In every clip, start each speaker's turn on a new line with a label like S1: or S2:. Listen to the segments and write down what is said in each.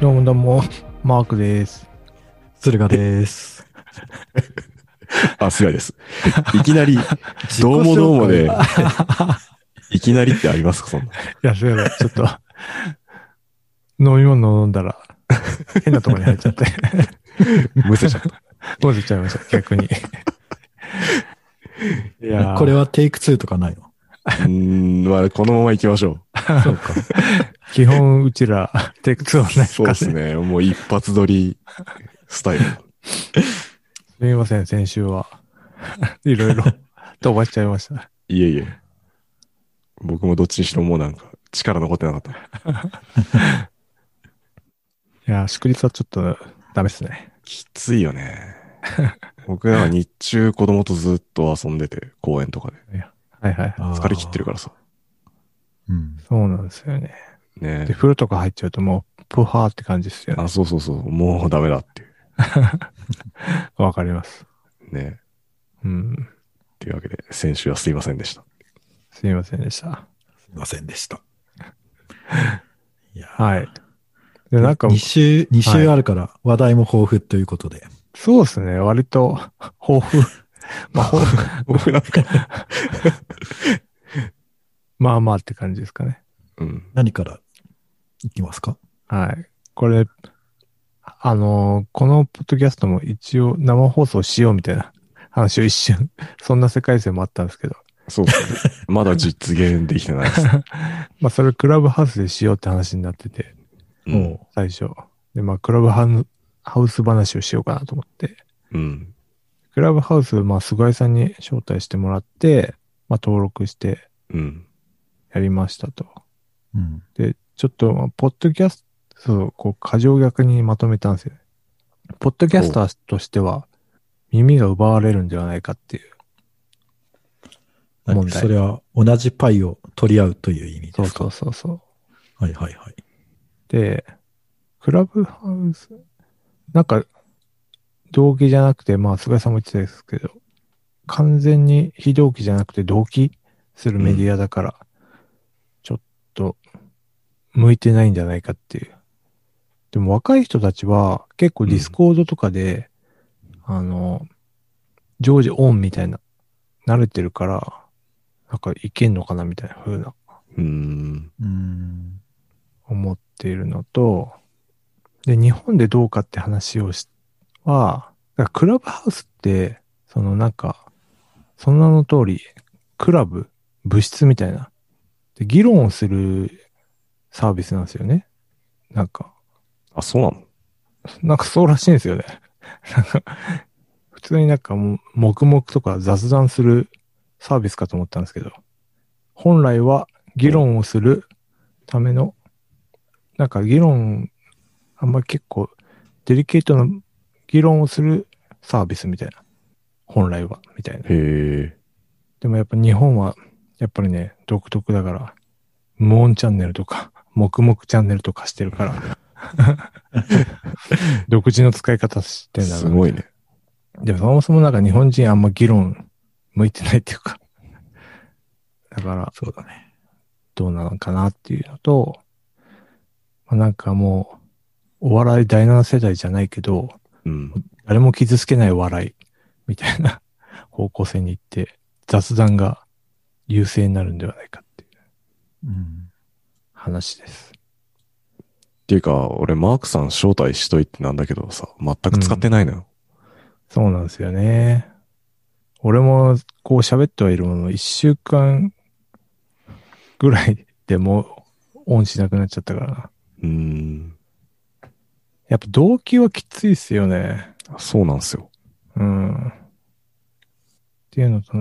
S1: どうもどうも、マークです。
S2: 駿河です。
S3: あ、すごいです。いきな り、どうもどうもで、いきなりってありますかそんな。
S1: いや、そういえば、ちょっと、飲み物飲んだら、変なとこに入っちゃって、
S3: むせちゃった。
S1: 戻っちゃいました、逆に。いや
S2: これ
S1: は、
S2: はテイク2とかないの
S3: うーん、まあ、このまま行きましょ
S2: そうか。
S1: 基本、うちら、テイク2はないで
S3: う。
S1: す
S3: そう
S1: か
S3: で
S1: ね。
S3: すね。もう一発撮りスタイル。
S1: すみません、先週は。いろいろ、飛ばしちゃいました。
S3: いえいえ。僕もどっちにしろもうなんか、力残ってなかった。
S1: いや、祝日はちょっと、ダメですね。
S3: きついよね。僕らは日中子供とずっと遊んでて、公園とかで。
S1: はいはい。
S3: 疲れ切ってるからさ。
S2: うん。
S1: そうなんですよね。
S3: ね
S1: で、風呂とか入っちゃうともう、プハーって感じですよね。
S3: あ、そうそうそう。もうダメだっていう。
S1: わかります。
S3: ね。
S1: うん。
S3: というわけで、先週はすいませんでした。
S1: すみませんでした。
S2: すいませんでした。いや、
S1: はい。 で、なんか、
S2: 2週、二週あるから話題も豊富ということで。
S1: そうですね。割と、豊 富。まあ、豊富
S3: 僕なんか、
S1: まあまあって感じですかね。
S3: うん。
S2: 何からいきますか
S1: はい。これ、あのーこのポッドキャストも一応生放送しようみたいな話を一瞬、 そんな世界線もあったんですけど、
S3: そうですね。まだ実現でき てないです。
S1: まあそれクラブハウスでしようって話になってて、
S3: う
S2: お
S3: ん。
S2: う
S1: 最初。で、まあクラブハウハウス話をしようかなと思って、
S3: うん。
S1: クラブハウス、まあ菅井さんに招待してもらって、まあ登録して
S3: うん。
S1: やりましたと。
S2: うん。
S1: で、ちょっと、まあポッドキャストをこう、過剰逆にまとめたんですよね。ポッドキャスターとしては、耳が奪われるんではないかっていう。問題
S2: それは同じパイを取り合うという意味
S1: そ
S2: で
S1: う
S2: すか
S1: そうそうそう。
S2: はいはいはい。
S1: で、クラブハウス、なんか、動機じゃなくて、まあ、菅井さんも言ってたんですけど、完全に非同期じゃなくて同期するメディアだから、ちょっと、向いてないんじゃないかっていう。でも若い人たちは、結構ディスコードとかで、あの、常時オンみたいな、慣れてるから、なんかいけんのかなみたいな風な
S3: うん。
S2: うん。
S1: 思っているのと、で、日本でどうかって話をし、は、だからクラブハウスって、そのなんか、その名の通り、クラブ、部室みたいな。で、議論をするサービスなんですよね。なんか、
S3: あ、そうなの
S1: なんかそうらしいんですよね。なんか、普通になんかもう黙々とか雑談するサービスかと思ったんですけど、本来は議論をするための、なんか議論、あんまり結構デリケートな議論をするサービスみたいな。本来は、みたいな。
S3: へえ。
S1: でもやっぱ日本は、やっぱりね、独特だから、無音チャンネルとか、黙々チャンネルとかしてる から、独自の使い方してんだ
S3: す
S1: ろう。
S3: ごいね。
S1: でもそもそもなんか日本人あんま議論向いてないっていうか、だから
S2: そうだね。
S1: どうなのかなっていうのと、まあ、なんかもう、お笑い第7世代じゃないけど、
S3: うん。
S1: 誰も傷つけない笑いみたいな 方向性に行って、雑談が優勢になるんではないかっていう
S2: うん。
S1: 話です。
S3: っていうか、俺、マークさん招待しといてなんだけどさ、全く使ってないのよ。
S1: そうなんですよね。俺もこう喋ってはいるもの、一週間ぐらいでもうオンしなくなっちゃったからな。
S3: うん。
S1: やっぱ動機はきついっすよね。
S3: あそうなんすよ。
S1: うん。っていうのと、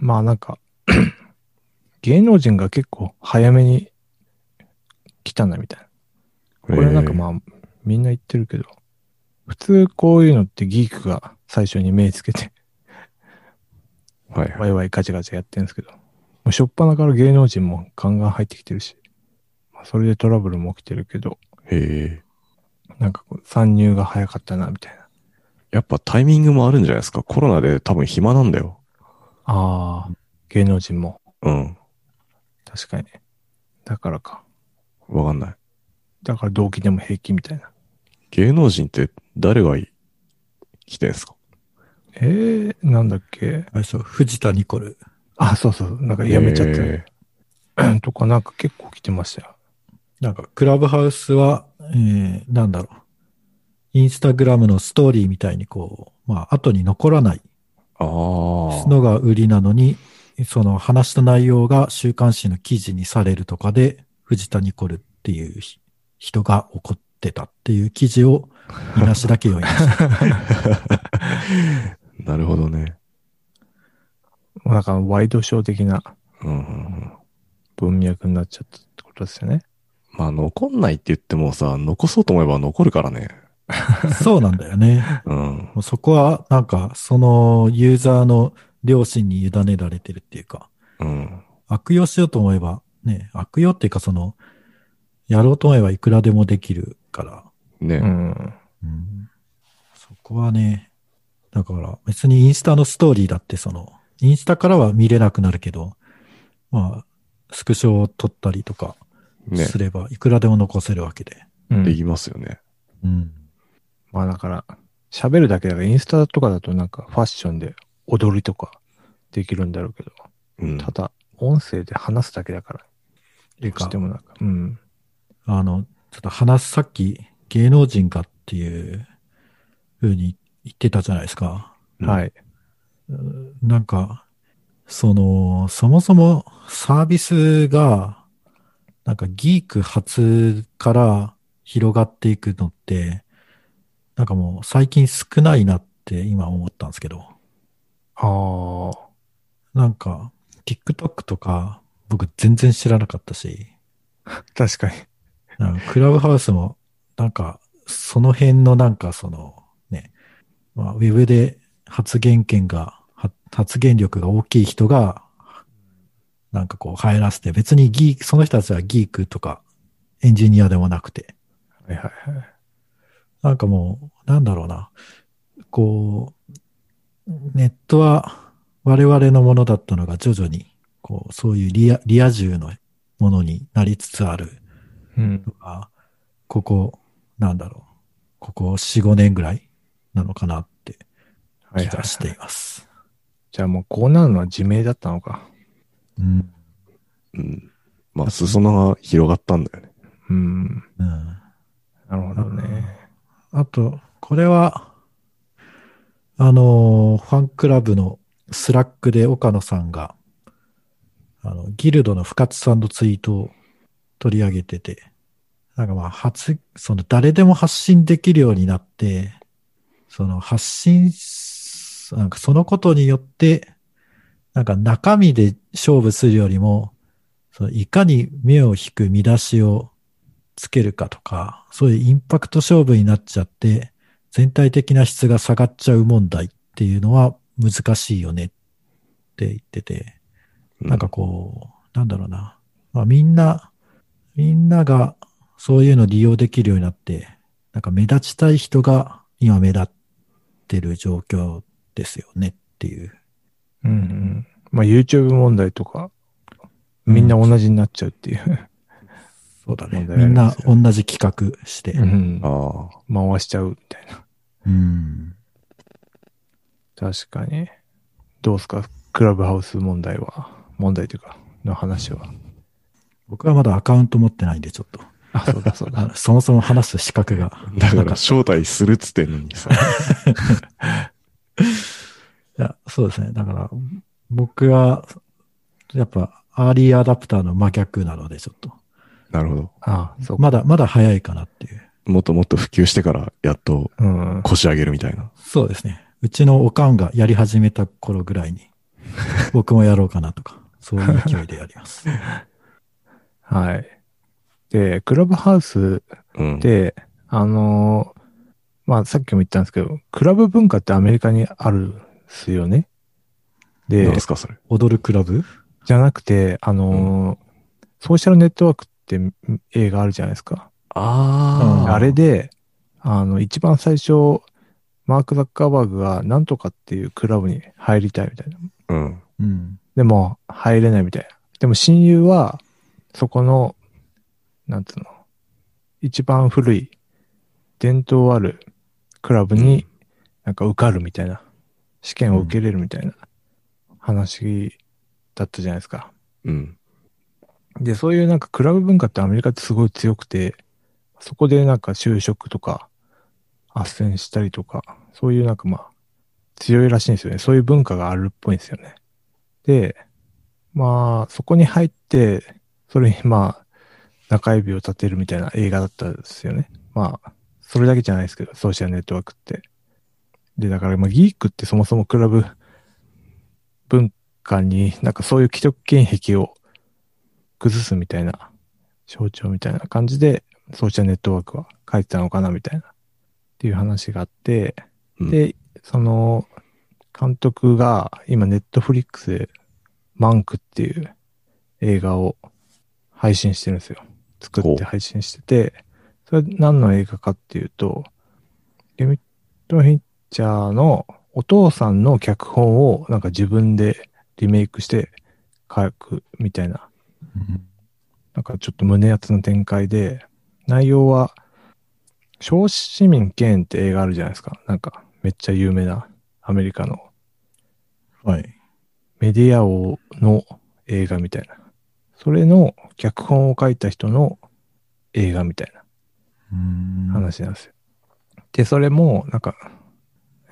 S1: まあなんか、 芸能人が結構早めに来たんだみたいな。これはなんか
S3: あ。
S1: まあ、みんな言ってるけど、普通こういうのってギークが最初に目つけて、
S3: はいはい。
S1: ワイワイガチャガチャやってるんですけど、もう初っ端から芸能人もガンガン入ってきてるし、まあ、それでトラブルも起きてるけど、
S3: へえ。
S1: なんかこう参入が早かったな、みたいな。
S3: やっぱタイミングもあるんじゃないですか。コロナで多分暇なんだよ。
S1: ああ、芸能人も。
S3: うん。
S1: 確かに。だからか。
S3: わかんない。
S1: だから同期でも平気みたいな。
S3: 芸能人って誰がい来てんすか
S1: えー、なんだっけ
S2: あれそう、藤田ニコル。
S1: あ、そうそう。なんかやめちゃった、
S3: え
S1: とかなんか結構来てましたよ。
S2: なんか、クラブハウスは、えー、なんだろう。インスタグラムのストーリーみたいにこう、まあ、後に残らない
S3: ーああ。
S2: のが売りなのに、その話した内容が週刊誌の記事にされるとかで、藤田ニコルっていうひ人が怒ってたっていう記事を、みなしだけ読みました。
S3: なるほどね。
S1: なんかワイドショー的な
S3: うんうんうん。
S1: 文脈になっちゃったってことですよね。
S3: まあ、残んないって言ってもさ、残そうと思えば残るからね。
S2: そうなんだよね。
S3: うん。
S2: もうそこは、なんか、そのユーザーの良心に委ねられてるっていうか、
S3: うん。
S2: 悪用しようと思えば、ね、悪用っていうかその、やろうと思えばいくらでもできるから、
S3: ね、
S1: うん。
S2: うんそこはね、だから別にインスタのストーリーだってその、インスタからは見れなくなるけど、まあ、スクショを撮ったりとか
S3: ね。
S2: すれば、いくらでも残せるわけで。
S1: うん
S3: できますよね。
S2: うん。
S1: まあだから、喋るだけだから、インスタとかだとなんかファッションで踊りとかできるんだろうけど、
S3: うん。
S1: ただ、音声で話すだけだから、
S2: て
S1: ど
S2: いう
S1: う
S2: か
S1: して、もなんか、うん。
S2: あの、ちょっと話す、さっき芸能人かっていう風に言ってたじゃないですか。
S3: うん
S1: はい。
S2: うんなんか、その、そもそもサービスが、なんかギーク発から広がっていくのって、なんかもう最近少ないなって今思ったんですけど、
S1: ああ。
S2: なんか TikTok とか僕全然知らなかったし、
S1: 確かに。
S2: なんかクラブハウスも、なんか、その辺のなんかその、ね、まあ、ウェブで発言権が、は発言力が大きい人が、なんかこう入らせて、別にギーク、その人たちはギークとかエンジニアでもなくて、
S1: はいはいはい。
S2: なんかもう、なんだろうな、こう、ネットは我々のものだったのが徐々に、こう、そういうリア、リア充のものになりつつある
S1: うん。
S2: がここ、なんだろう、ここ4、5年ぐらいなのかなって
S1: はい
S2: 気
S1: はい
S2: が。しています。
S1: じゃあもうこうなるのは自明だったのか。
S2: うん
S3: うん。まあ、裾野が広がったんだよね。
S1: うん。
S2: うん
S1: なるほどね。
S2: あと、これは、あのーファンクラブのスラックで岡野さんが、あの、ギルドの深津さんのツイートを取り上げてて、なんかまあ、発、その誰でも発信できるようになって、その発信す、なんかそのことによって、なんか中身で勝負するよりも、そのいかに目を引く見出しをつけるかとか、そういうインパクト勝負になっちゃって、全体的な質が下がっちゃう問題っていうのは難しいよねって言ってて、
S3: う
S2: なんか、こう、なんだろうな。まあみんな、みんながそういうの利用できるようになって、なんか目立ちたい人が今目立ってる状況ですよねっていう。
S1: うんうん。まあ YouTube 問題とか、みんな同じになっちゃうっていう。
S2: そうだ
S1: 問題
S2: みん
S1: あり
S2: な
S1: ますよ
S2: 同じ企画して。
S1: うん
S3: ああ。
S1: 回しちゃうみたいな。
S2: うん
S1: 確かに。どうすかクラブハウス問題は。問題というか、の話は。
S2: 僕はまだアカウント持ってないんでちょっと。
S1: あ、そうだそう
S2: あ
S1: だ。
S2: そもそも話す資格が。
S3: だか
S2: なん
S3: ら、
S2: か
S3: 招待するっつってん のにさ。
S2: いや、そうですね。だから、僕は、やっぱ、アーリーアダプターの真逆なので、ちょっと。
S3: なるほど。
S1: あそうか。
S2: まだ、まだ早いかなっていう。
S3: もっともっと普及してから、やっと
S1: うん。
S3: 腰上げるみたいな。
S2: そうですね。うちのおかんがやり始めた頃ぐ らいに、僕もやろうかなとか、そういう勢いでや ります。
S1: はい。で、クラブハウス
S3: うん。
S1: で、あのーまあ、さっきも言ったんですけど、クラブ文化ってアメリカにあるんすよね。で
S3: 何、すか、それ。
S2: 踊るクラブ
S1: じゃなくて、あのーソーシャルネットワークってん映画あるじゃないですか。
S3: あ
S1: あれで、あの、一番最初、マーク・ザッカーバーグがなんとかっていうクラブに入りたいみたいな。
S3: うん。
S2: うん。
S1: でも、入れないみたいな。でも、親友は、そこの、なんつうの、一番古い伝統あるクラブになんか受かるみたいな、試験を受けれるみたいな話だったじゃないですか。
S3: うん。
S1: で、そういうなんかクラブ文化ってアメリカってすごい強くて、そこでなんか就職とか、斡旋したりとか、そういうなんかまあ、強いらしいんですよね。そういう文化があるっぽいんですよね。で、まあ、そこに入って、それにまあ、中指を立てるみたいな映画だったんですよね。まあ、それだけじゃないですけど、ソーシャルネットワークって。で、だからまあ、ギークってそもそもクラブ文化になんかそういう既得権益を崩すみたいな、象徴みたいな感じで、ソーシャルネットワークは書いてたのかなみたいな、っていう話があって、
S3: うん
S1: で、その、監督が今ネットフリックスでマンクっていう映画を配信してるんですよ。作
S3: ほ
S1: っ
S3: う
S1: て配信してて、それ何の映画かっていうと、デミット・ヒッチャーのお父さんの脚本をなんか自分でリメイクして書くみたいな
S2: うん
S1: なんかちょっと胸熱の展開で、内容は、小市民権って映画あるじゃないですか。なんか、めっちゃ有名なアメリカの
S2: はい。
S1: メディア王の映画みたいな。それの脚本を書いた人の映画みたいな。
S2: うん
S1: 話なんですよ。で、それも、なんか、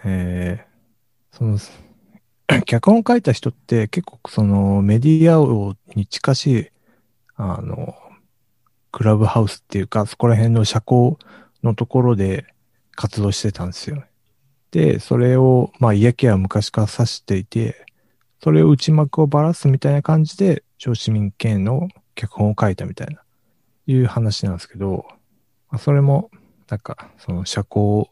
S1: えーその、 脚本書いた人って結構そのメディア王に近しい、あの、クラブハウスっていうか、そこら辺の社交のところで活動してたんですよね。で、それを、まあ嫌気は昔から指していて、それを内幕をばらすみたいな感じで、超市民権の脚本を書いたみたいな、いう話なんですけど、まあ、それも、なんか、その社交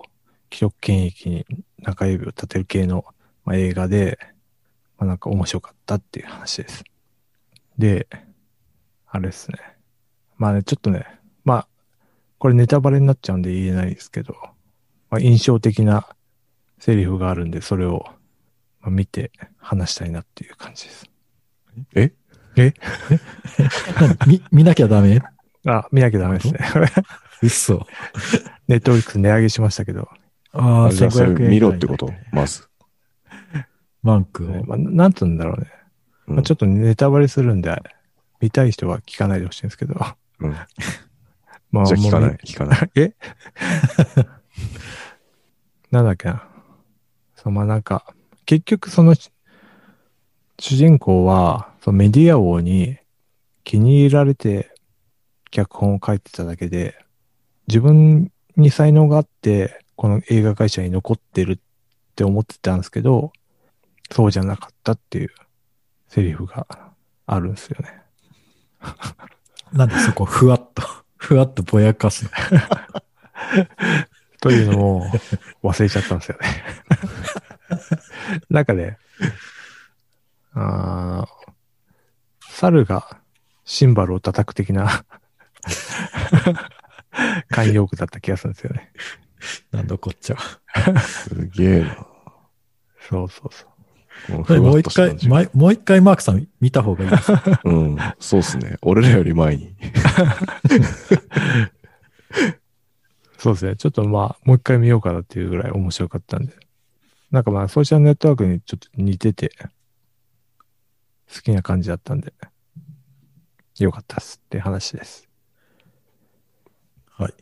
S1: 記録権益に中指を立てる系の、まあ、映画で、まあ、なんか面白かったっていう話です。で、あれですね。まあね、ちょっとね、まあ、これネタバレになっちゃうんで言えないですけど、まあ、印象的なセリフがあるんで、それを、まあ、見て話したいなっていう感じです。
S3: え
S2: 見見なきゃダメ
S1: あ、見なきゃダメですね。
S2: 嘘。
S1: ネットフリックス値上げしましたけど、
S2: ああ、
S3: あじゃあそれ
S2: 1500円。
S3: 見ろってことまず。
S2: マンクを。
S1: まあ、なんつうんだろうね。まあ、ちょ
S3: ょっ
S1: っとネタバレするんで、見たい人は聞かないでほしいんですけど。ま
S3: と。じ
S1: あ、
S3: ゃあ聞かな
S1: も
S3: い。聞かない。
S1: う。えなんだっけな。そう、まあなんか、結局その、主人公は、そのメディア王に気に入られて脚本を書いてただけで、自分に才能があって、この映画会社に残ってるって思ってたんですけど、そうじゃなかったっていうセリフがあるんですよね。
S2: なんでそこ、ふわっと、ふわっとぼやかすの。
S1: というのを忘れちゃったんですよね。 なんかね、あー猿がシンバルを叩く的な 慣用句だった気がするんですよね。
S2: なんだこっちゃ。
S3: すげえな。
S1: そうそうそう。
S3: もうふ
S2: も
S3: わ
S2: う
S3: っと
S2: 一
S3: した
S2: 回
S3: 感、じ
S2: まもう一回マークさん見た方がいいです。
S3: うん。そうっすね。俺らより前に。
S1: そうですね。ちょっとまあ、もう一回見ようかなっていうぐらい面白かったんで。なんかまあ、ソーシャルネットワークにちょっと似てて、好きな感じだったんで、よかったっすって話です。
S2: はい。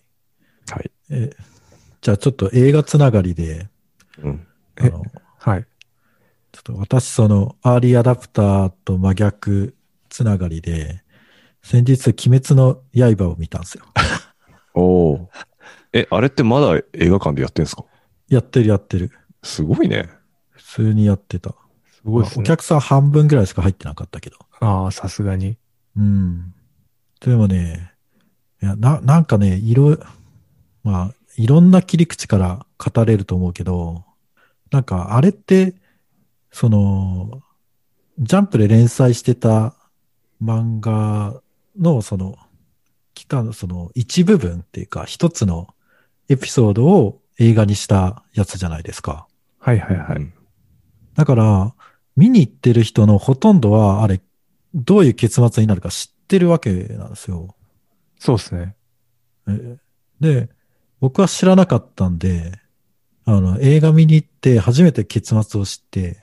S3: はい。
S2: えじゃあちょっと映画つながりで、
S3: うん。
S2: あの
S1: はい。
S2: ちょっと私そのアーリーアダプターと真逆つながりで、先日鬼滅の刃を見たんですよ。
S3: おお。え、あれってまだ映画館でやってんすか
S2: やってるやってる。
S3: すごいね。
S2: 普通にやってた。
S1: すごいで
S2: ますあお
S1: ね。
S2: 客さん半分ぐらいしか入ってなかったけど。
S1: ああ、さすがに。
S2: うん。でもね、いや、な、なんかね、いろ、まあ、いろんな切り口から語れると思うけど、なんか、あれって、その、ジャンプで連載してた漫画の、その、期間、その、一部分っていうか、一つのエピソードを映画にしたやつじゃないですか。
S1: はいはいはい。
S3: い。
S2: だから、見に行ってる人のほとんどは、あれ、どういう結末になるか知ってるわけなんですよ。
S1: そうですね。
S2: えで、僕は知らなかったんで、あの、映画見に行って初めて結末を知って、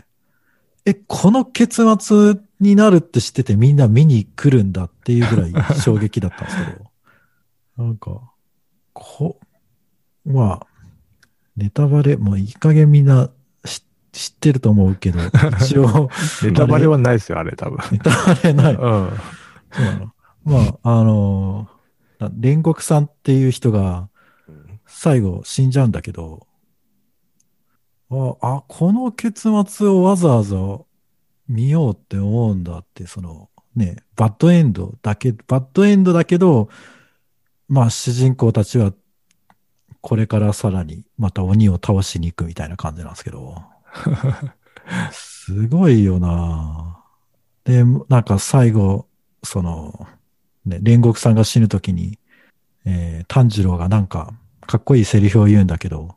S2: え、この結末になるって知っててみんな見に来るんだっていうぐらい衝撃だったんですけど、なんか、こ、まあ、ネタバレ、もういい加減みんな知知ってると思うけど、一応、
S1: ネタバレはないですよ、あれ多分。
S2: ネタバレない。
S1: うん。
S2: そうなの。まあ、あのーな煉獄さんっていう人が
S3: うん、
S2: 最後死んじゃうんだけど、あ、あ、この結末をわざわざ見ようって思うんだって、その、ね、バッドエンドだけ、バッドエンドだけど、まあ、主人公たちは、これからさらに、また鬼を倒しに行くみたいな感じなんですけど。すごいよなで、なんか最後、その、ね、煉獄さんが死ぬときに、えー炭治郎がなんか、かっこいいセリフを言うんだけど、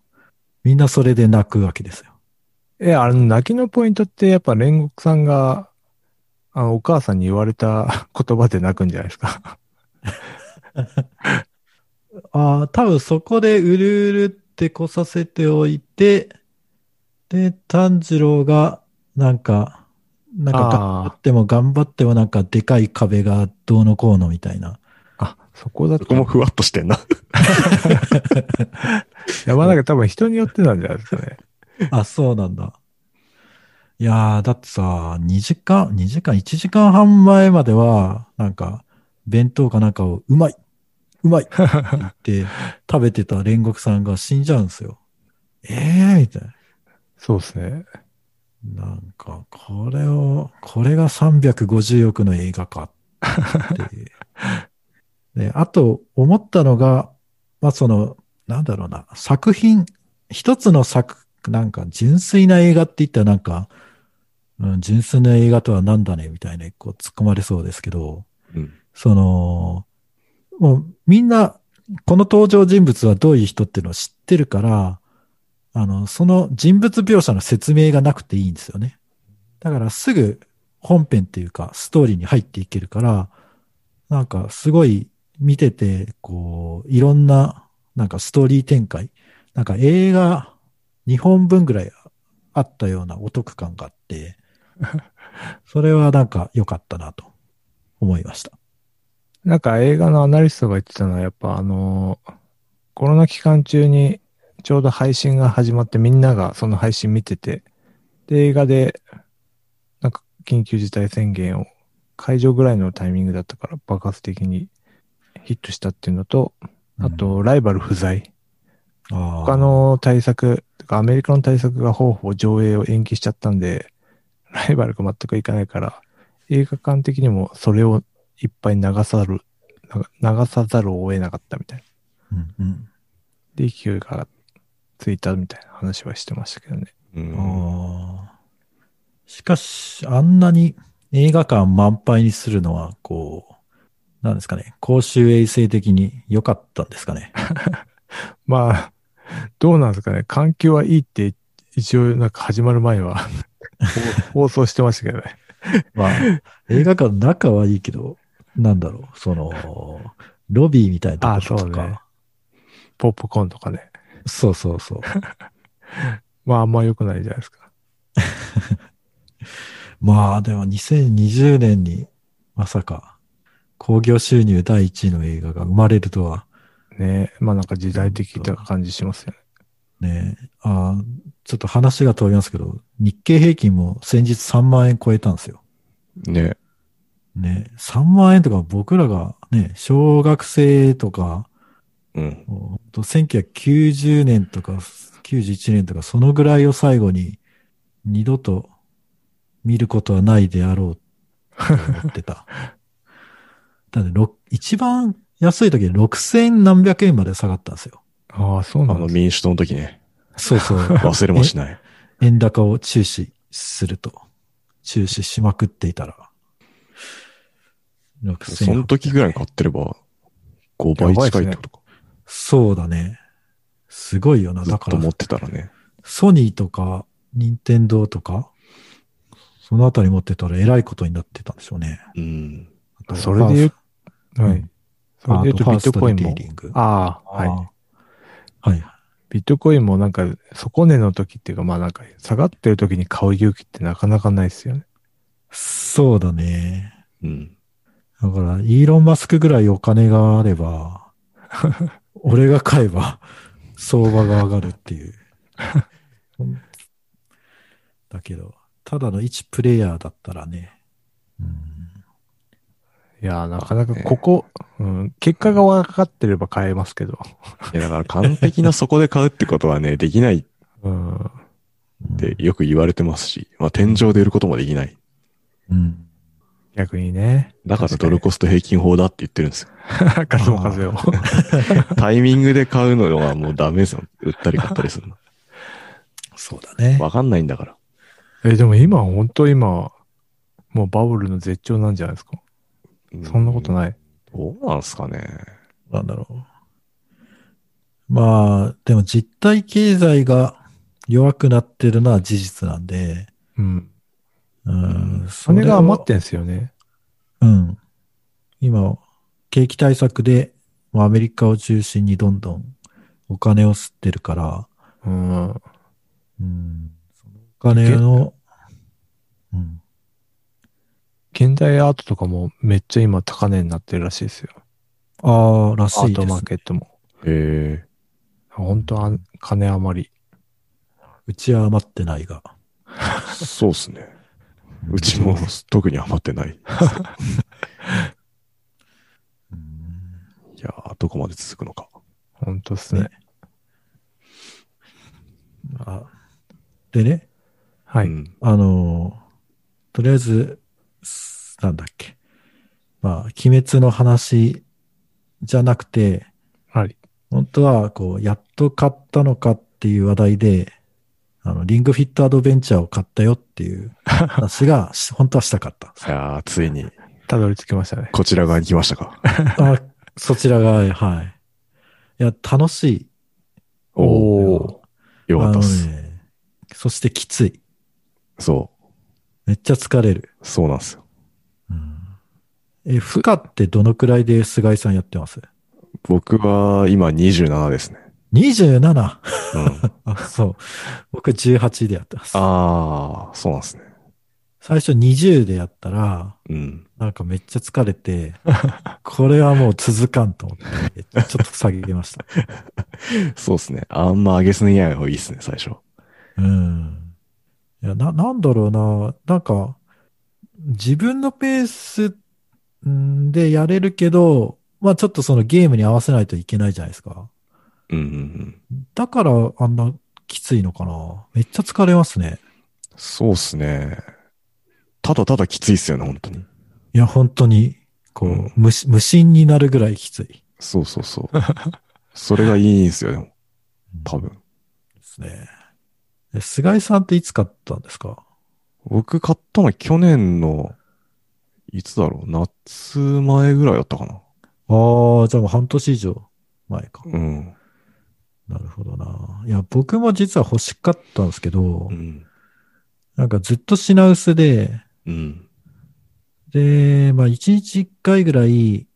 S2: みんなそれで泣くわけですよ。
S1: え、あの、泣きのポイントって、やっぱ煉獄さんが、あの、お母さんに言われた 言葉で泣くんじゃないですか。
S2: ああ、多分そこでうるうるってこさせておいて、で、炭治郎が、なんか、なんか
S1: あー
S2: 頑張っても頑張ってもなんかでかい壁がどうのこうのみたいな。
S1: あ、そこだ
S3: そ
S1: と
S3: こ。もふわっとしてんな。
S1: やばなきゃ多分人によってなんじゃないですかね。
S2: あ、そうなんだ。いやー、だってさ、2時間、2時間、1時間半前までは、なんか、弁当かなんかを、うまいうまいって言って、食べてた煉獄さんが死んじゃうんですよ。えー、みたいな。
S1: そうですね。
S2: なんか、これを、これが350億の映画かっ ていう。で、あと、思ったのが、まあ、その、なんだろうな、作品、一つの作、なんか、純粋な映画って言ったらなんか、うん、純粋な映画とはなんだね、みたいな、こう、突っ込まれそうですけど、
S3: うん
S2: その、もう、みんな、この登場人物はどういう人っていうのを知ってるから、あの、その人物描写の説明がなくていいんですよね。だからすぐ本編っていうかストーリーに入っていけるから、なんかすごい見てて、こう、いろんな、なんかストーリー展開、なんか映画2本分ぐらいあったようなお得感があ って、それはなんか良かったなと思いました。
S1: なんか映画のアナリストが言ってたのは、やっぱあのーコロナ期間中にちょうど配信が始まってみんながその配信見てて、で、映画で、なんか緊急事態宣言を解除ぐらいのタイミングだったから爆発的にヒットしたっていうのと、あと、ライバル不在。他
S2: 他、
S1: の対策、てかアメリカの対策が方法上映を延期しちゃったんで、ライバルが全くいかないから、映画館的にもそれをいっぱい流さる、流流さざるを得なかったみたいな。
S2: うんうん
S1: で、勢いがついたみたいな話はしてましたけどね。
S3: うん
S2: ああ。しかし、あんなに映画館満杯にするのは、こう、なんですかね、公衆衛生的に良かったんです かね。
S1: まあ、 どうなんですかね。環境はいいって、一応なんか始まる前は 放送してましたけどね。
S2: まあ、映画館の中はいいけど、なんだろう、その、ロビーみたいなところと
S1: あそうね
S2: か。
S1: ポップコーンとかね。
S2: そうそうそう。
S1: まああんま良くないじゃないですか。
S2: まあ、でも2020年に、まさか、興行収入第一位の映画が生まれるとは、
S1: ねまあなんか時代的な感じしますよね。
S2: ねえ、あーちょっと話が飛びますけど、日経平均も先日3万円超えたんですよ。
S3: ね。
S2: ねえ、3万円とか僕らがね、小学生とか、
S3: うん。
S2: もうほんと1990年とか91年とかそのぐらいを最後に二度と見ることはないであろうと思ってた。 だってろ一番安い時で6000何百円まで下がったんですよ。
S1: ああ、そう
S3: あ
S1: なん
S3: の
S1: だ。
S3: 民主党の時ね。
S2: そうそう。
S3: 忘れもしない。
S2: 円高を注視すると。注視しまくっていたら。6800
S3: その時ぐらいに買ってれば、5倍近いってことか。
S2: そうだね。すごいよな。
S3: ず
S2: だ
S3: っ
S2: か
S3: と
S2: ら
S3: 持、ってたらね。
S2: ソニーとか、ニンテンドーとか、そのあたり持ってたら偉いことになってたんでしょうね。
S3: うん。
S2: あと
S1: それで言う
S2: ファース
S1: はい。
S2: うん
S1: それで言うと
S2: あ
S1: ビ
S2: と
S1: ットコインも
S2: ファーストリテイリング。
S1: ああ、
S2: あ
S1: はい。
S2: ーはい。
S1: ビットコインもなんか、底値の時っていうか、まあなんか、下がってる時に買う勇気ってなかなかないですよね。
S2: そうだね。
S3: うん。
S2: だから、イーロン・マスクぐらいお金があ れば、俺が買えば、相場が上がるっ ていう。だけど、ただの一プレイヤーだったらね。うん
S1: いやー、なかなかここ、うん、結果が分かってれば買えますけど。
S3: いや、だから完璧なそこで買うってことはね、できないっ
S1: うん。
S3: てよく言われてますし、まあ天井で売ることもできない。
S2: うん。
S1: 逆にね。
S3: だからドルコスト平均法だって言ってるんですよ。
S1: ガスも風よ。
S3: タイミングで買うのはもうダメですよ。売ったり買ったりす るの。
S2: そうだね。
S3: わかんないんだから。
S1: え、でも今、本当今、もうバブルの絶頂なんじゃないですか。そんなこと
S3: い。
S1: ない。
S3: どうなんすかね。
S2: なんだろう。まあ、でも実体経済が弱くなってるのは事実なんで、
S1: うん。
S2: うん、そ。
S1: 金が余っててんすよね。
S2: うん。今、景気対策で、まあ、アメリカを中心にどんどんお金を吸ってるから、
S1: うん。
S2: うん、そのお金の、うん、
S1: 現代アートとかもめっちゃ今高値になってるらしいですよ。
S2: ああ、らし
S1: ア
S2: い
S1: ー
S2: で
S1: ト
S2: す、
S1: マーケットも。
S3: え
S1: 本当は金余り。
S2: うちは余ってないが。
S3: えそうっすね。うちも特に余ってない。い
S2: うん
S3: やー、どこまで続くのか。
S1: 本当っすね。
S2: ねあでね、
S1: は
S3: う
S1: い。
S3: ん
S2: あの、とりあえず、すなんだっけ。まあ、鬼滅の話じゃなくて、
S1: はい。
S2: 本当は、こう、やっと買ったのかっていう話題で、あの、リングフィットアドベンチャーを買ったよっていう 話が、し本当はしたかった。
S3: いやー、ついに
S1: たどり着きましたね。
S3: こちら側に来まし たか。
S2: あそちらが、はい。いや、楽しい。
S3: おー、よかったっ
S2: あ
S3: す。
S2: のねそしてきつい。
S3: そ
S2: めっちゃ疲れる。
S3: う。そうなんですよ。
S2: うんえ、負荷ってどのくらいで菅井さんやってます
S3: 僕は今27ですね。
S2: 27!
S3: うん。
S2: あ、そう。僕18でやってます。
S3: ああ、そうなんですね。
S2: 最初20でやったら、
S3: うん。
S2: なんかめっちゃ疲れて、これはもう続かんと思って、ちょっと下げました。
S3: そうですね。あんま上げすぎない方がいいですね、最初。
S2: うん。いや、な、なんだろうな。なんか、自分のペースんでやれるけど、まあちょっとそのゲームに合わせないといけないじゃないですか。
S3: うんうんうん。
S2: だからあんなきついのかな。めっちゃ疲れますね。
S3: そうですね。ただただきついっすよね、本当に。
S2: いや、本当に、こう、
S3: うん
S2: 無し無心になるぐらいきつい。
S3: そうそうそう。 それがいいんすよ、でも。多分。
S2: ですね。え菅井さんっていつ買ったんですか
S3: 僕買ったのは去年の、いつだろう、夏前ぐらいだったかな。
S2: ああ、じゃあもう半年以上前か。
S3: うん。
S2: なるほどな。いや、僕も実は欲しかったんですけど、
S3: うん。
S2: なんかずっと品薄で、
S3: うん。
S2: で、まあ一日一回ぐらい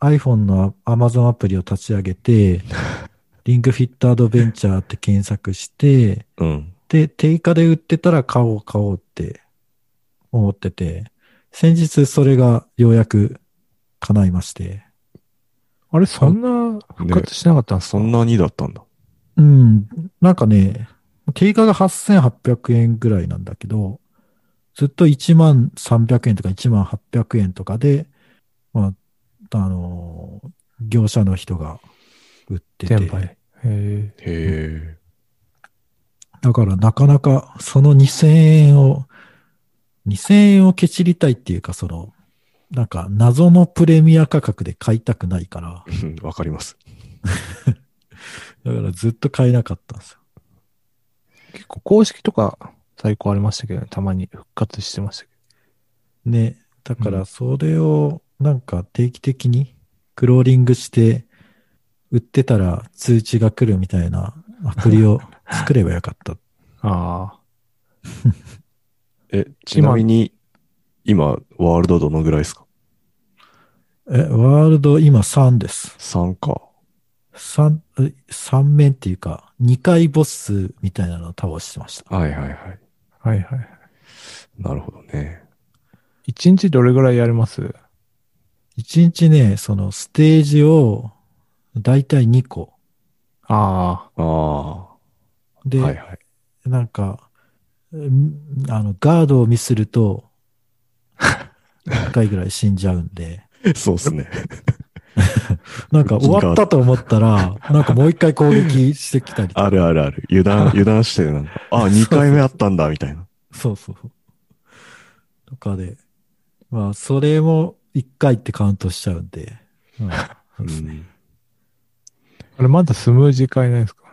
S2: iPhone の Amazon アプリを立ち上 げて、リングフィットアドベンチャーって検索して、
S3: うん。
S2: で、定価で売ってたら買おう買おうって思ってて、先日それがようやく叶いまして、
S1: あれ、そんな復活しなかったんですか、
S3: そんなにだったんだ。
S2: うん。なんかね、定価が8800円ぐらいなんだけど、ずっと1万300円とか1万800円とかで、まあ、あのー業者の人が売ってて。
S1: 転売。へえ。
S3: へ
S2: だからなかなかその2000円を、2000円をけちりたいっていうか、その、なんか謎のプレミア価格で買いたくないから、
S3: え。うんわかります。
S2: だからずっと買えなかったんですよ。
S1: 結構公式とか最高ありましたけどね、たまに復活してましたけ
S2: ね、だか
S1: う
S2: ら
S1: ん
S2: それをなんか定期的にクローリングして売ってたら通知が来るみたいなアプリを作ればよかった。
S1: ど。ああ。
S3: え、ちなみに、今、ワールドどのぐらいですか
S2: え、ワールド今3です。
S3: ?3 か。
S2: 三、え三面っていうか、二回ボスみたいなのを倒してました。
S3: はいはいはい。
S1: はいはい。
S3: なるほどね。
S1: 一日どれぐらいやれます
S2: 一日ね、そのステージを、だいたい2個。
S1: あ
S3: ああ。は
S2: で、
S3: いはい。
S2: なんか、うんあの、ガードをミスると、1回ぐらい死んじゃうんで、
S3: そうですね。
S2: なんか終わったと思ったら、なんかもう一回攻撃してきたりとか
S3: あるあるある。油 断、油断してなんか、あ、2回目あったんだ、みたいな。
S2: そうそうそう。とかで、まあ、それも1回ってカウントしちゃうんで、まあそうですね。
S1: あ。あれまだスムージー買えないですか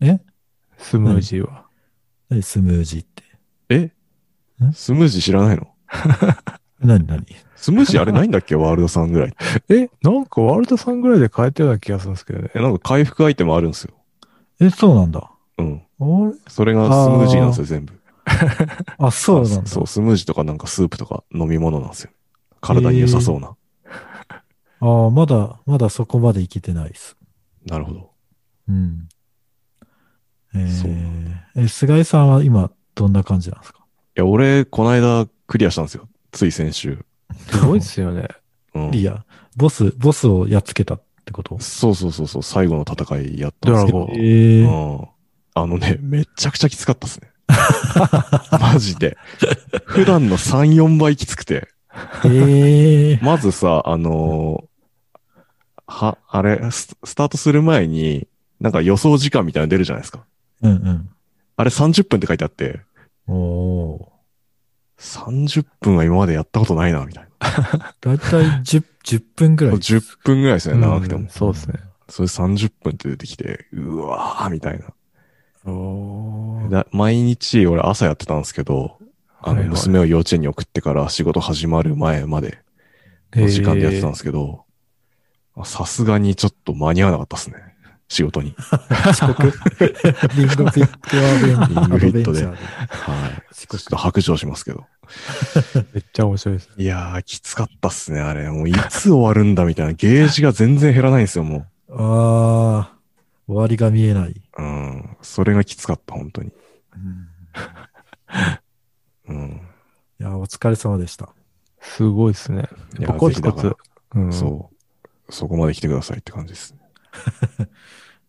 S2: え
S1: スムージーは。
S2: 何スムージーって。
S3: え
S2: ん
S3: スムージー知らないの
S2: 何何
S3: スムージーあれないんだっけワールドさんぐらい って。
S1: え、なんかワールドさんぐらいで買えたような気がするんですけどね。
S3: え、なんか回復アイテムあるんですよ。
S2: え、そうなんだ。
S3: うん。
S2: あれ
S3: それがスムージーなんですよ、全部。
S2: あ、そうなんだ。
S3: そう、スムージーとかなんかスープとか飲み物なんですよ。体に良さそうな。
S2: ああ、まだ、まだそこまでいけてないです。
S3: なるほど。
S2: うん。えー
S3: そうなん
S2: え、菅井さんは今、どんな感じなんですか
S3: いや、俺、こないだクリアしたんですよ。つい先週。
S1: すごいっすよね。
S3: うん。
S2: いや、ボス、ボスをやっつけたってこと
S3: そうそうそうそう、最後の戦いやったんですけ
S1: ドラゴ。
S3: ど
S2: ええ
S3: うん。あのね、めちゃくちゃきつかったっすね。 マジ で。普段の3、4倍きつくて。
S2: ええ
S3: まずさ、あのーは、あれス、スタートする前に、なんか予想時間みたいなの出るじゃないですか。
S2: うん
S3: あれ30分って書いてあって、
S2: うん。おー。
S3: 30分は今までやったことないな、みたい
S2: だいたい10、10分ぐ
S3: な。
S2: らい。
S3: 10分ぐらいですね、長くても。
S1: うんそうですね。
S3: それ30分って出てきて、うわー、みたいな。
S1: お
S3: だ毎日俺朝やってたんですけど、あの、娘を幼稚園に送ってから仕事始まる前までの時間でやってたんですけど、あさすがにちょっと間に合わなかったですね。仕事に。
S2: 遅刻。 リンゴフィットア
S3: リンゴフィットで
S2: アドベンチャーで。
S3: はい。ちょ
S2: 遅
S3: っ
S2: 刻。
S3: と白状しますけど。
S1: めっちゃ面白いです。
S3: いやー、きつかったっすね、あれ。もうい つ終わるんだみたいな。ゲージが全然減らないんですよ、も
S2: ああ、終わりが見えない。
S3: う。うん。それがきつかった、本当に。うん。
S2: いや、お疲れ様でした。
S1: すごいですね。
S3: いや
S1: ココツコ
S3: ぜひだ
S1: ツ
S3: か。
S1: うん
S3: らそう。そこまで来てくださいって感じですね。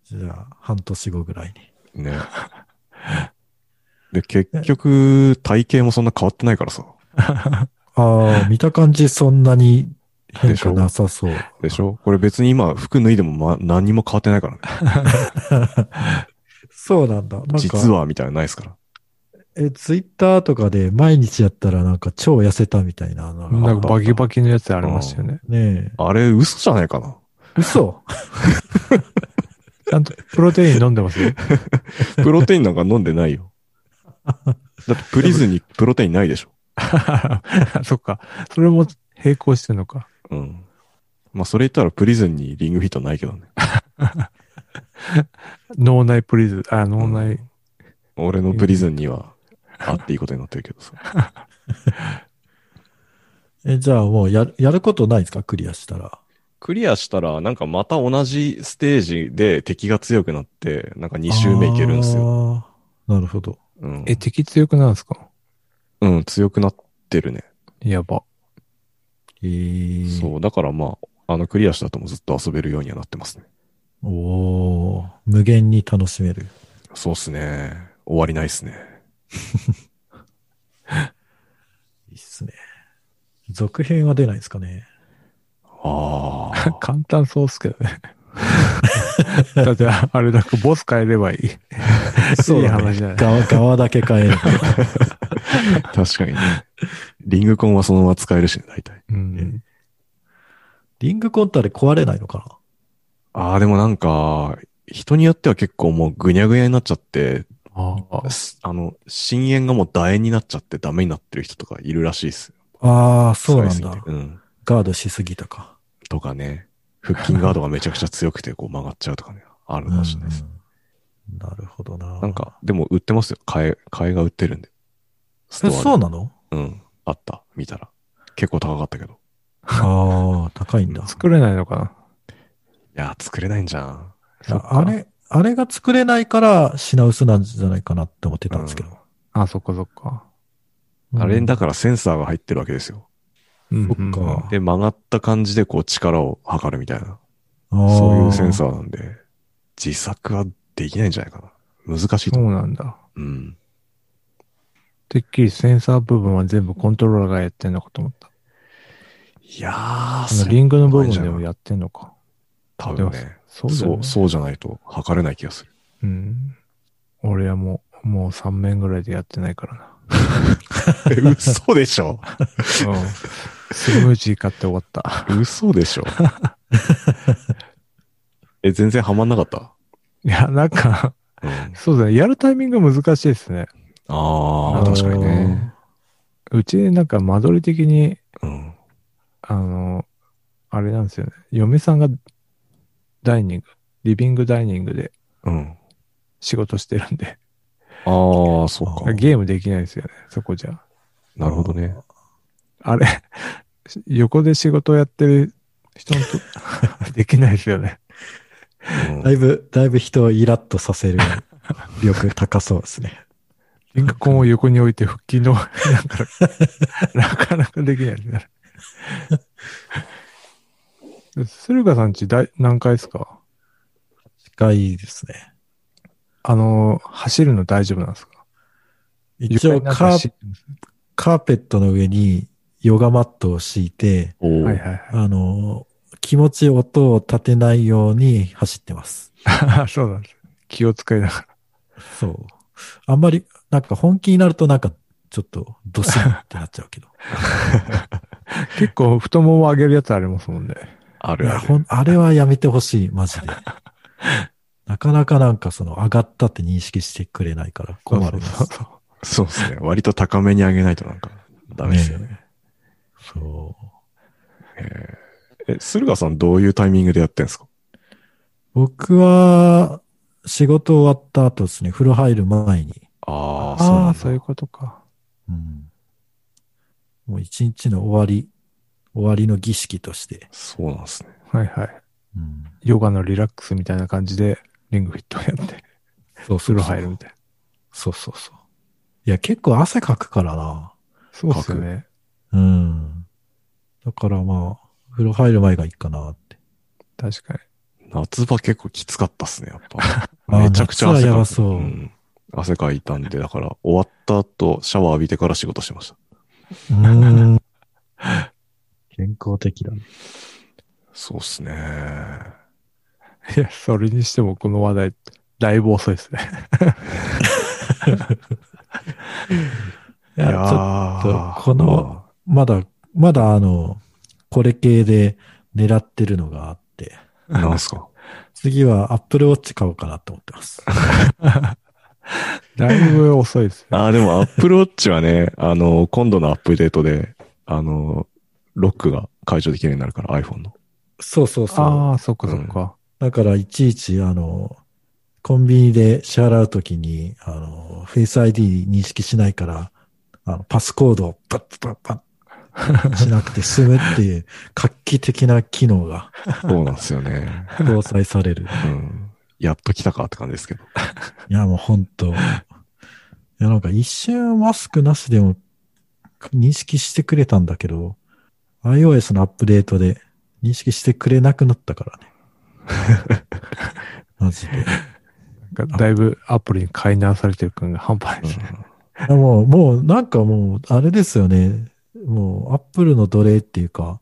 S2: じゃあ、半年後ぐらいに。
S3: ね。で、結局、体型もそんな変わってないからさ。
S2: ああ、見た感じそんなに変
S3: でし
S2: 化
S3: ょ
S2: なさそう。
S3: でしょこれ別に今、服脱いでも、ま、何にも変わってないからね。
S2: そうなんだ。なんか、
S3: 実は、みたいなのないですから。
S2: え、ツイッターとかで毎日やったらなんか超痩せたみたいな。なん
S1: なんかバキ
S2: キ。
S1: バキのやつありましたよね。
S2: ね
S3: あれ、嘘じゃないかな。
S2: え。嘘
S1: ちゃんとプロテイン飲んで ますよ。
S3: プロテインなんか飲んでない よ。だって、プリズにプロテインないでしょ。
S1: そっか。それも並行してるのか。
S3: うん。まあ、それ言ったらプリズンにリングフィットないけどね。
S1: 脳内プリズ、あ、脳内。
S3: 俺のプリズンには、あっていいことになってるけどさ。
S2: え、じゃあもうや、やることないですかクリアしたら。
S3: クリアしたら、なんかまた同じステージで敵が強くなって、なんか2周目いけるんですよ。
S2: よ。なるほど。
S3: うん。
S1: え、敵強くなるんですか
S3: うん、強くなってるね。
S1: やば。。
S2: えー、
S3: そう、だからまあ、あの、クリアした後もずっと遊べるようにはなってますね。
S2: おお無限に楽しめる。
S3: そうっすね。終わりないっすね。
S2: いいっすね。続編は出ないですか ね。
S3: ああ
S1: 簡単そうっすけど ね。だって、あれだけボス変えればいい。そうだねいい話だね
S2: 側、側だけ変え る。
S3: 確かにね。リングコンはそのまま使えるしね、大体。
S1: うん。
S2: リングコントあれ壊れないのか
S3: ああ、でもなんか、人によっては結構もうぐにゃぐにゃになっちゃって、
S1: ああ。
S3: すあの、深淵がもう楕円になっちゃってダメになってる人とかいるらしいっす。
S2: なああ、そうなん
S3: 使い
S2: だ
S3: すぎ。てうん。
S2: ガードしすぎたか。
S3: とかね。腹筋ガードがめちゃくちゃ強くてこう曲がっちゃうとかね。あるかもしれないです。
S2: うんなるほどな。
S3: なんか、でも売ってますよ。替え、替えが売ってるんで。ス
S2: え、
S3: トアで
S2: そう なの
S3: うん。あった。見たら。結構高かったけど。
S2: ああ、高いんだ。
S1: 作れないのか
S3: や、作れないんじゃん。
S1: そっか
S2: あれ、あれが作れないから品薄なんじゃないかなって思ってたんですけど。
S1: あ、そっかそっか。
S2: うん
S3: あれ、だからセンサーが入ってるわけですよ。
S1: うん
S2: そっか
S3: で、曲がった感じでこう力を測るみたいな。
S2: そ
S3: そういうセン
S2: ー。
S3: サーなんで、自作はできないんじゃないかな。難しいと
S1: そ
S3: 思う。
S1: うなんだ。
S3: うん。
S1: てっきりセンサー部分は全部コントローラーがやってんのかと思った。
S3: いやー、
S1: あの
S3: そ
S1: リングの部分でもやってんのか。
S3: 多分ね。
S1: そうだ
S3: そ
S1: よ、
S3: う、
S1: ね。
S3: そうじゃないと測れない気がする。
S1: うん。俺はもう、もう3面ぐらいでやってないからな。
S3: え嘘でしょ
S1: うん。スムージー買って終わった。
S3: 嘘でしょえ、全然ハマんなかった。
S1: いや、なんか、
S3: うん、
S1: そうだね。やるタイミング難しいですね。
S3: あ
S1: あ
S3: あ、
S1: ー
S3: 確かにね。
S1: うちなんか間取り的に、
S3: うん。
S1: あの、あれなんですよね。嫁さんがダイニング、リビングダイニングで
S3: うん。
S1: 仕事してるんで、
S3: ああ、そうか。
S1: ゲームできないですよね。そこじゃ。
S3: なるほどね。
S1: あれ、横で仕事をやってる人のと、 できないですよね。
S3: うん
S2: だいぶ、だいぶ人をイラッとさせる力高そうですね。
S1: リンクコンを横に置いて腹筋の、なんか、なかなかできないですね。駿河さんち大何階ですか
S2: 近いですね。
S1: あの、走るの大丈夫なんですか
S2: 一応
S1: 床になんか
S2: カー
S1: 敷いてます
S2: カーペットの上にヨガマットを敷いて、
S3: おー
S1: はいはい
S2: あの、気持ち音を立てないように走ってます。
S1: はい。 そうなんです。気を使いながら。
S2: そう。あんまり、なんか本気になるとなんかちょっとドシンってなっちゃうけど。
S1: 結構太もも上げるやつありますもんね。
S3: あ
S2: い
S3: る
S2: や、
S3: あ
S2: ほ
S3: る。
S2: ん、あれはやめてほしい、マジで。なかなかなんかその上がったって認識してくれないから困るんです。
S1: そうそうそう
S3: そうですね。割と高めに上げないとなんか、ダメですよね。
S2: そう。
S3: え、駿河さんどういうタイミングでやってんすか
S2: 僕は、仕事終わった後ですね、風呂入る前に、
S3: あ
S1: ああ、
S3: そ
S1: そうう
S3: ないん
S1: うことか。
S2: うんもう一日の終わり、終わりの儀式として、
S3: そうなんですね。
S1: はいはい。
S2: うん、
S1: ヨガのリラックスみたいな感じで、リングフィットをやって、
S2: そう
S1: 風呂入るみたいな。
S2: そうそうそう。いや、結構汗かくからな。
S1: そうですよね。
S2: うん。だからまあ、風呂入る前がいいかなって。
S1: 確かに。
S3: 夏場結構きつかったっすね、やっぱ。
S2: あー
S3: めちゃくちゃ汗
S2: 夏はや
S3: か
S2: ば
S3: い
S2: そう
S3: うん汗かいたんで、だから終わった後、シャワー浴びてから仕事してました。
S2: うん。健康的だね。
S3: そうっすね。
S1: いや、それにしてもこの話題、だいぶ遅いですね。
S2: い
S3: い
S2: や、ちょっと
S3: ー
S2: この
S3: まあ
S2: まだ、まだあの、これ系で狙ってるのがあって、
S3: なんす か
S2: 次は Apple Watch 買おうかなと思ってます。
S1: だいぶ遅いですね。
S3: ああ、でも Apple Watch はね、あの、今度のアップデートで、あの、ロックが解除できるようになるから、iPhone の。
S2: そうそう
S1: あ
S2: そ
S1: あ、そっかそっか。
S2: う。だからいちいち、あの、コンビニで支払うときに、あの、フェイス ID 認識しないから、あの、パスコードをパッパッパッパ ッしなくて済むっていう画期的な機能が
S3: そうなんですよね。
S2: 搭載される。
S3: うん。やっと来たかって感じですけど。
S2: いや、もう本当。いや、なんか一瞬マスクなしでも認識してくれたんだけど、iOS のアップデートで認識してくれなくなったからね。マジで。い
S1: なんかだいぶアプリに買い直されてる感が半端ないですね。
S2: やもう、もうなんかもう、あれですよね。もう、アップルの奴隷っていうか、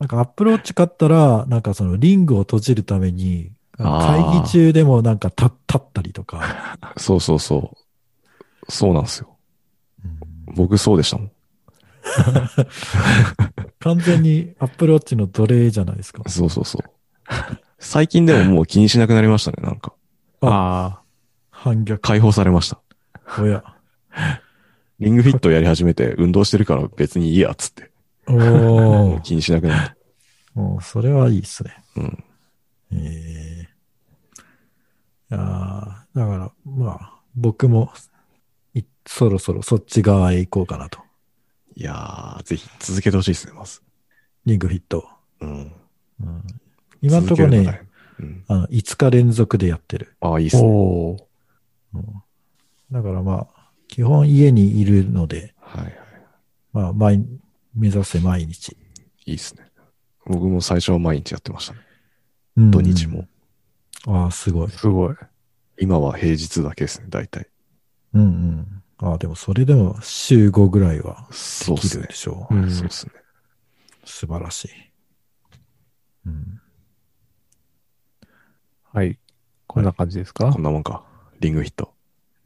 S2: なんかアップルウォッチ買ったら、なんかそのリングを閉じるために、会
S3: あー
S2: 議中でもなんか立立ったりとか、
S3: そうそうそう。そうなんですよ。
S2: うん
S3: 僕そうでしたもん。
S2: 完全にアップルウォッチの奴隷じゃないですか。
S3: そうそうそう。最近でももう気にしなくなりましたね、なんか。
S1: あ
S2: 反逆。
S3: 解放されました。
S2: おや。
S3: リングフィットやり始めて、運動してるから別にいいや、つって。
S2: お
S3: もう気にしなくなった。
S2: お。 もう、それはいいっすね。
S3: うん。
S2: ええいやーだから、まあ、僕も、いそろそろそっち側へ行こうかなと。
S3: いやー、ぜひ続けてほしいですね、まず。
S2: リングフィットを。
S3: うん。
S2: うん今のとこ
S3: 続
S2: ろ
S3: けるの
S2: ね
S3: 大、変うん
S2: あの5日連続でやってる。
S3: ああ、いいっすね。
S1: おお
S2: うんだからまあ、基本家にいるので、
S3: はいはい。
S2: まあ、毎、目指せ毎日。
S3: いいっすね。僕も最初は毎日やってましたね。
S2: うん
S3: 土日も。。
S2: ああ、すごい
S1: ー、。すごい。
S3: 今は平日だけですね、大体。
S2: うんうん。ああ、でもそれでも週5ぐらいは
S3: そう
S2: で
S3: っ
S2: き
S3: す
S2: る
S3: ね
S2: で。しょう。
S1: うん
S3: そうっすね。
S2: 素晴らしい。うん。
S1: はい。こんな感じですか、
S3: こんなもんか。リングヒット。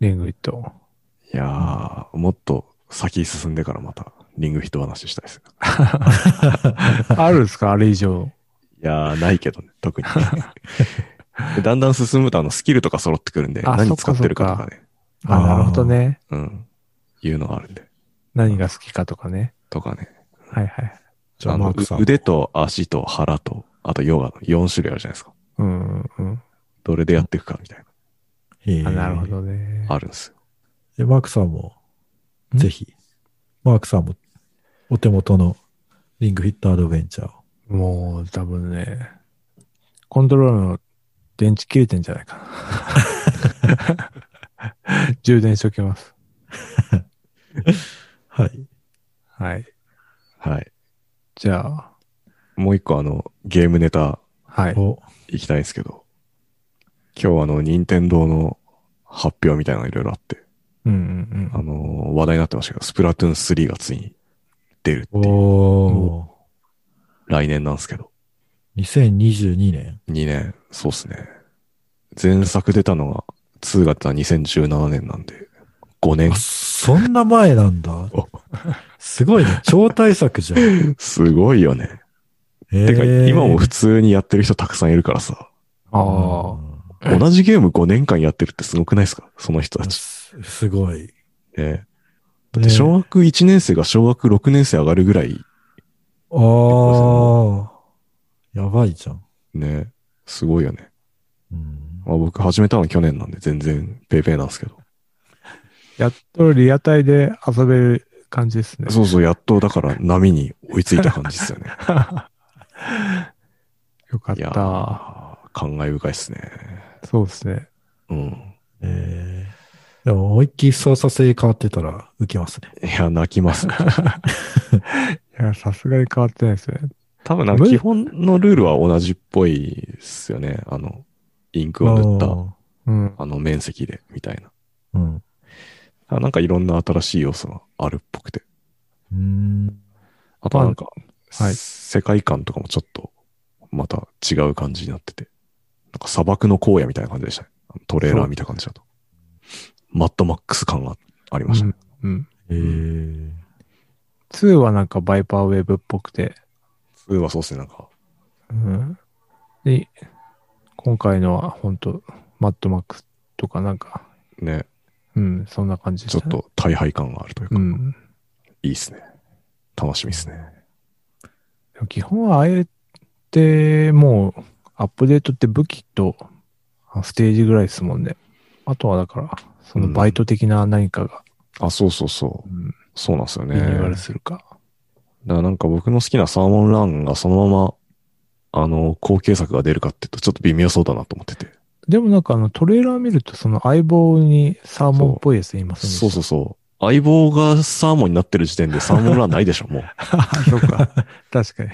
S1: リングイット。
S3: いやー、もっと先進んでからまたリングヒット話したいですね。
S1: あるんですかあれ以上。
S3: いやー、ないけどね、特に。 でだんだん進むとあのスキルとか揃ってくるんで、
S1: あ
S3: 何使ってるかとかね。
S1: あ、なるほどね。
S3: うん。いうのがあるんで。
S1: 何が好きかとかね。
S3: とかね。
S1: はいはい。
S2: じゃあ、
S3: の
S2: マークさん。
S3: う腕と足と腹と、あとヨガの4種類あるじゃないですか。
S1: うんうん
S3: どれでやっていくかみたい
S2: へ
S1: う
S2: え
S1: ん。あ、なるほ。どね。
S3: な、あるんですよ。
S2: えマークさんも、
S1: ん
S2: ぜひ、マークさんも、お手元のリングフィットアドベンチャーを。
S1: もう、多分ね、コントローラーの電池切れてんじゃないかな。 充電しときます。
S2: はい。
S1: はい。
S3: はい。
S1: じゃあ、
S3: もう一個あの、ゲームネタ
S1: はい。
S2: お、
S3: 行きたいんですけど、今日あの、任天堂の発表みたいなのいろいろあって、
S1: うん
S3: あの、話題になってましたけど、スプラトゥーン3がついに出るっていう、
S2: おー
S3: 来年なんですけど、
S2: 2022年。
S3: 2年、そうっすね。前作出たのが、2が出た2017年なんで、5年
S2: あ、。そんな前なんだ
S3: お。
S2: すごいね。超大作じゃん。
S3: すごいよね。
S2: え
S3: てか、
S2: ー
S3: 今も普通にやってる人たくさんいるからさ、
S1: ああ、
S3: 同じゲーム5年間やってるってすごくないですかその人
S2: う
S3: た
S2: ん
S3: ち。
S2: すすごい。
S3: ねだって小学1年生が小学6年生上がるぐらい、
S2: ああ。やばいじゃん。
S3: ね、すごいよね。
S2: うん
S3: まあ、僕始めたの去年なんで全然ペーペーなんですけど。
S1: やっとリアタイで遊べる感じですね。
S3: そうそう、やっとだから波に追いついた感じですよね。
S1: よかっ
S3: いや
S1: た。
S3: ー、感慨深いですね。
S1: そうですね。
S3: うん。
S2: えーでも思いっきり操作性変わってたら受けますね。
S3: いや、泣 きます、ね。
S1: いや、さすがに変わってないですね。
S3: 多分なんか基本のルールは同じっぽいですよね。あの、インクを塗った、
S1: うん。
S3: あの面積で、みたいな。
S2: うん。
S3: あなんかいろんな新しい要素があるっぽくて。
S2: うん。
S3: あとなんか、
S1: はい
S3: 世界観とかもちょっと、また違う感じになってて。なんか砂漠の荒野みたいな感じでしたね。トレーラー見た感じだと。マッドマックス感がありましたね。
S1: うん。
S2: えー
S1: 2はなんかバイパーウェーブっぽくて、
S3: 普通はそうですね、なんか。
S1: うん。で、今回のは本当マッドマックスとかなんか、
S3: ね、
S1: うん、そんな感じで
S3: ちょ
S1: し、
S3: った
S1: ね。
S3: と大敗感があるというか、
S1: うん。
S3: いいですね。楽しみですね。
S1: でも基本はあえて、もう、アップデートって武器とあステージぐらいですもんね。あとはだから、そのバイト的な何かが、
S3: あ、そうそうそう。
S1: うん
S3: そうなんですよね。
S1: リニューアル
S3: だか
S1: するか。
S3: らなんか僕の好きなサーモンランがそのまま、あの、後継作が出るかっていうと、ちょっと微妙そうだなと思ってて。
S1: でもなんかあのトレーラー見るとその相棒にサーモンっぽいやついますね。
S3: そうそうそう。相棒がサーモンになってる時点でサーモンランないでしょ、 もう。
S1: そうか。 確かに。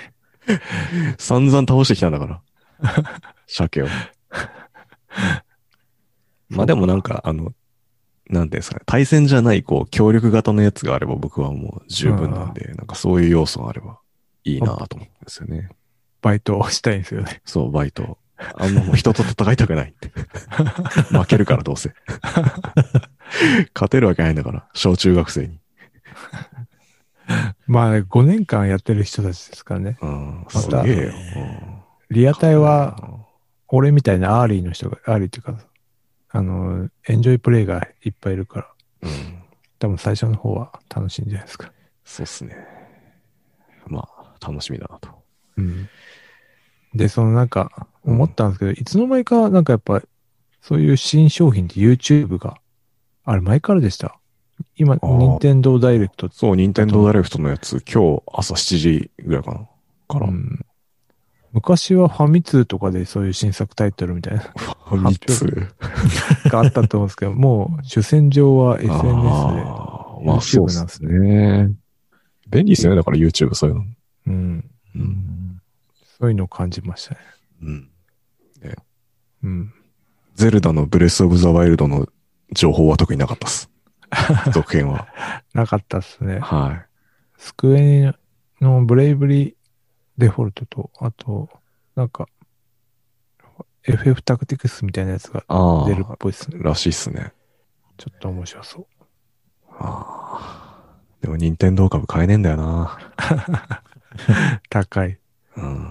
S3: 散々倒してきたんだから。鮭を。まあでもなんか、あの、なんていうんですかね、対戦じゃない、こう、協力型のやつがあれば僕はもう十分なんで、なんかそういう要素があればいいなと思うんですよね。
S1: バイトをしたいんですよね。
S3: そう、バイト。あんまもう人と戦いたくないって。 負けるからど うせ。勝てるわけないんだから、小中学生に。
S1: まあ、5年間やってる人たちですからね。
S3: うん、
S1: た
S3: すげえよ。
S1: リアタイ
S3: うん
S1: は、俺みたいなアーリーの人が、アーリーっていうか、あの、エンジョイプレイがいっぱいいるから、
S3: うん、
S1: 多分最初の方は楽しいんじゃないですか。
S3: そうっすね。まあ、楽しみだなと。
S1: うん。で、そのなんか、
S3: うん
S1: 思ったんですけど、いつの間にか、なんかやっぱ、そういう新商品って YouTube が、あれ前からでした。今、
S3: ー
S1: 任天堂ダイレクト
S3: そう、任天堂ダイレクトのやつ、今日朝7時ぐらいかな。から、
S1: うん昔はファミ通とかでそういう新作タイトルみたいな
S3: ファミ通。
S1: があったと思うんですけど、もう主戦場は SNS で。
S3: あーまあ
S1: YouTube
S3: そうですね。便利ですよね、だから YouTube そういうの。
S1: うん。
S3: うん。
S1: そういうのを感じましたね。
S3: うん。
S1: うん。
S3: ゼルダのブレスオブザワイルドの情報は特になかったっ す。続編は。
S1: なかったっすね。
S3: は
S1: スクエニのブレイブリーデフォルトと、あと、なんか、FF タクティクスみたいなやつが
S3: い。あ
S1: 出る
S3: あ
S1: っ、ぽいっすね。
S3: らしいっすね。
S1: ちょっと面白そう。
S3: ああ。でも、任天堂株買えねえんだよな。
S1: 高い。
S3: うん。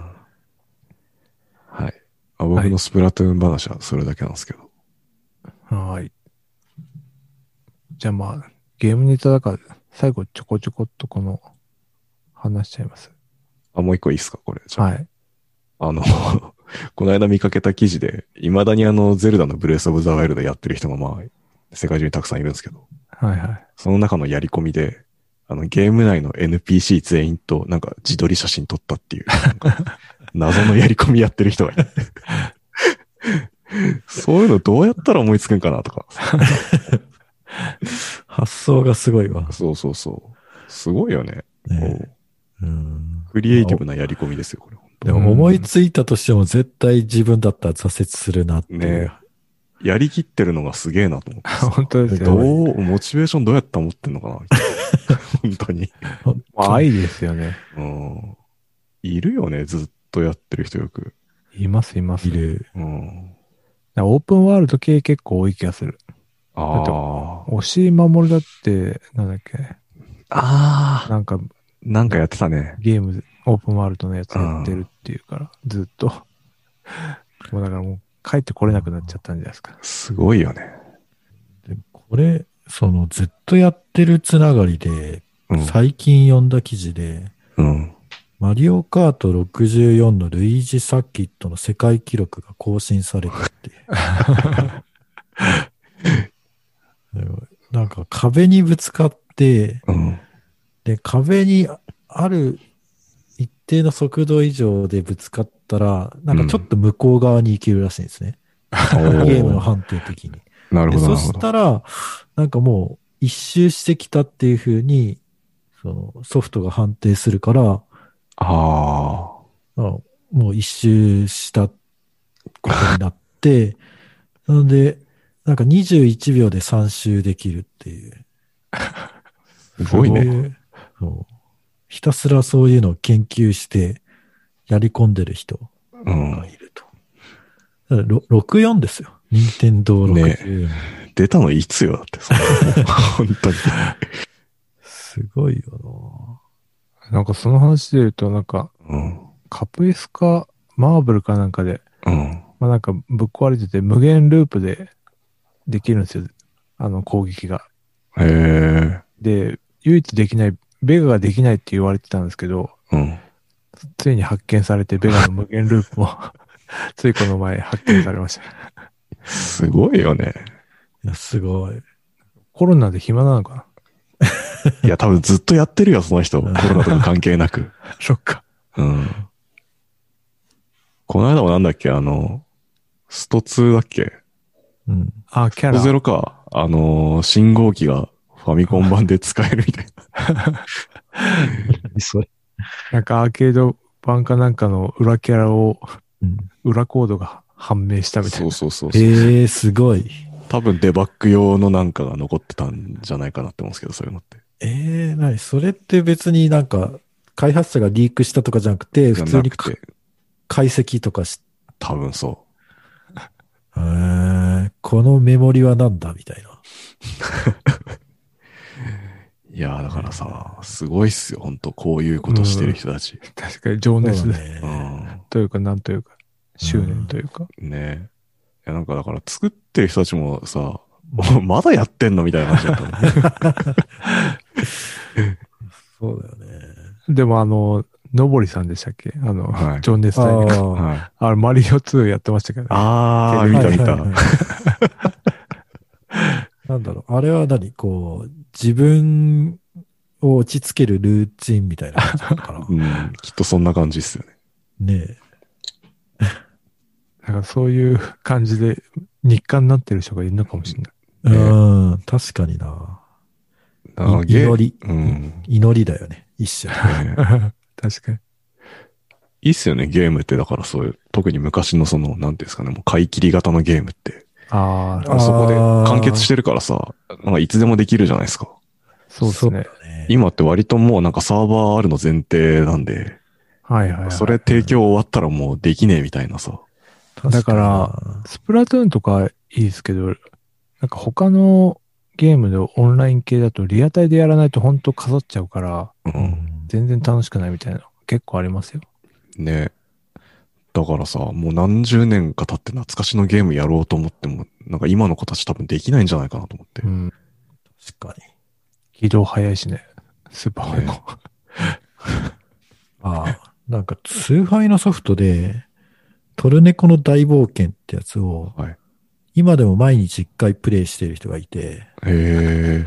S3: はい。あ僕のスプラトゥーン話はそれだけなんですけど。
S1: はい。じゃあまあ、ゲームネタだから、最後ちょこちょこっとこの、話しちゃいます。
S3: あ、もう一個いいっすかこれ。じゃあ
S1: はい。
S3: あの、 この間見かけた記事で、未だにあの、ゼルダのブレスオブザワイルドやってる人がまあ、世界中にたくさんいるんですけど。
S1: はいはい。
S3: その中のやり込みで、あの、ゲーム内の NPC 全員と、なんか、自撮り写真撮ったっていう、なんか謎のやり込みやってる人がいて。そういうのどうやったら思いつくんかなとか。
S2: 発想がすごいわ。
S3: そうそうそう。すごいよね。
S2: ね
S3: こ
S2: うん
S3: うクリエイティブなやり込みですよ、これ。
S2: でも思いついたとしても絶対自分だったら挫折するなっていう。
S3: ねやりきってるのがすげえなと思って
S1: 本当です
S3: さ。ど
S1: よね。
S3: う、モチベーションどうやって持ってんの かなみたいな本当に。
S1: まあ愛ですよね。
S3: うん。いるよね、ずっとやってる人よく。
S1: いますいます。
S2: いる。
S3: うん。
S1: オープンワールド系結構多い気がする。
S3: あ
S1: だ
S3: あ。
S1: 押井守だって、なんだっけ、
S3: ああ、
S1: なんか
S3: なんかやってたね。
S1: ゲーム、オープンワールドのやつやってるっていうから、ずっと。もうだからもう帰ってこれなくなっちゃったんじゃないですか。
S3: すごいよね。
S2: でこれ、その、ずっとやってるつながりで、
S3: うん。
S2: 最近読んだ記事で、
S3: うん、
S2: マリオカート64のルイージ・サーキットの世界記録が更新され たっていうなんか壁にぶつかって、
S3: うん、
S2: で、壁にある一定の速度以上でぶつかったら、なんかちょっと向こう側に行けるらしいんですね。ゲームの判定的に。
S3: なる
S2: で
S3: ほど、なるほ
S2: そし
S3: ど。
S2: たら、なんかもう一周してきたっていう風に、そのソフトが判定するから、
S3: あ
S2: あもう一周したことになって、 なので、なんか21秒で3周できるっていう。
S3: あ、すごい
S2: そう
S3: ね。
S2: いうそうひたすらそういうのを研究して、やり込んでる人
S3: うん
S2: が。いると。だからろ64ですよ。任天堂64、
S3: 出たのいつよ、だって。そ れ本当に。
S2: すごいよ
S1: なんかその話で言うと、なんか
S3: うん。
S1: カプエスかマーブルかなんかで、
S3: うん。
S1: まあなんかぶっ壊れてて無限ループでできるんですよ。あの攻撃が。
S3: へえ。
S1: で、唯一できない、ベガができないって言われてたんですけど、
S3: うん。
S1: ついに発見されてベガの無限ループも ついこの前発見されました。
S3: すごいよね。
S2: な。いや、すごい。
S1: コロナで暇なのかない
S3: や、多分ずっとやってるよ、その人。コロナとか関係なく。
S1: そっか。
S3: うん。この間もなんだっけ、あの、スト2だっけ
S2: うん。
S1: あ、キャラ。
S3: ゼロか。あのー信号機がファミコン版で使えるみたい
S2: それ。
S1: なんかアーケード版かなんかの裏キャラを、
S2: うん、
S1: 裏コードが判明した
S3: な。
S1: みたい
S3: そう
S1: な。
S3: そうそうそう。
S2: ええー、すごい。
S3: 多分デバッグ用のなんかが残ってたんじゃないかなって思うんですけど、そういうのって。
S2: ええー、なに、それって別になんか、開発者がリークしたとかじゃなくて、普
S3: じゃ
S2: 通
S3: な
S2: に
S3: くて、
S2: 解析とかし、
S3: 多分そ
S2: えー、このメモリはなんだみたいな。
S3: う。いやーだからさ、すごいっすよ、本当こういうことしてる人たち。
S1: 確かに情熱
S2: そうだ
S3: う
S2: ね。
S3: ん。
S1: というか、なんというか、執念というか。
S3: ねえ。いや、なんかだから作ってる人たちもさ、 おまだやってんのみたいな話だった ね
S2: そうだよね。
S1: でもあの、のぼりさんでしたっけあの、
S3: はい
S1: 情熱大陸。
S2: ああ。
S3: はい。
S1: あれ、マリオ2やってましたけど、ね、
S3: あー、見た見
S2: はいはい
S3: た。
S2: はいなんだろう、あれは何こう、自分を落ち着けるルーチンみたいな感じなのかな
S3: うん。きっとそんな感じっすよね。
S2: ねえ。
S1: だからそういう感じで日課になってる人がいるのかもしれない。
S2: うん、確かにな。
S3: 長
S2: い
S3: げ
S2: 祈り、
S3: うん。
S2: 祈りだよね。一社。
S3: ね
S1: 確かに。
S3: いいっすよね、ゲームって。だからそういう、特に昔のその、なんていうんですかね、もう買い切り型のゲームって。
S1: ああ、
S3: あそこで
S2: あー
S3: 完結してるからさ、なんかいつでもできるじゃないですか。
S1: そうですね。
S2: ね
S3: 今って割ともうなんかサーバーあるの前提なんで、
S1: はいはい、はい。
S3: それ提供終わったらもうできねえみたいなさ。
S2: 確
S1: だからスプラトゥーンとかいいですけど、なんか他のゲームでオンライン系だとリアタイでやらないと本当かさっちゃうから、
S3: う
S2: にな、
S3: ん。
S1: 全然楽しくないみたいなの結構ありますよ。
S3: ね。だからさ、もう何十年か経って懐かしのゲームやろうと思っても、なんか今の子たち多分できないんじゃないかなと思って
S1: う。ん。
S2: 確かに。
S1: 移動早いしね。スーパー早いも。
S2: ああ、 なんか、崇拝のソフトで、トルネコの大冒険ってやつを、
S3: はい。
S2: 今でも毎日一回プレイしてる人がいて、
S3: へえ。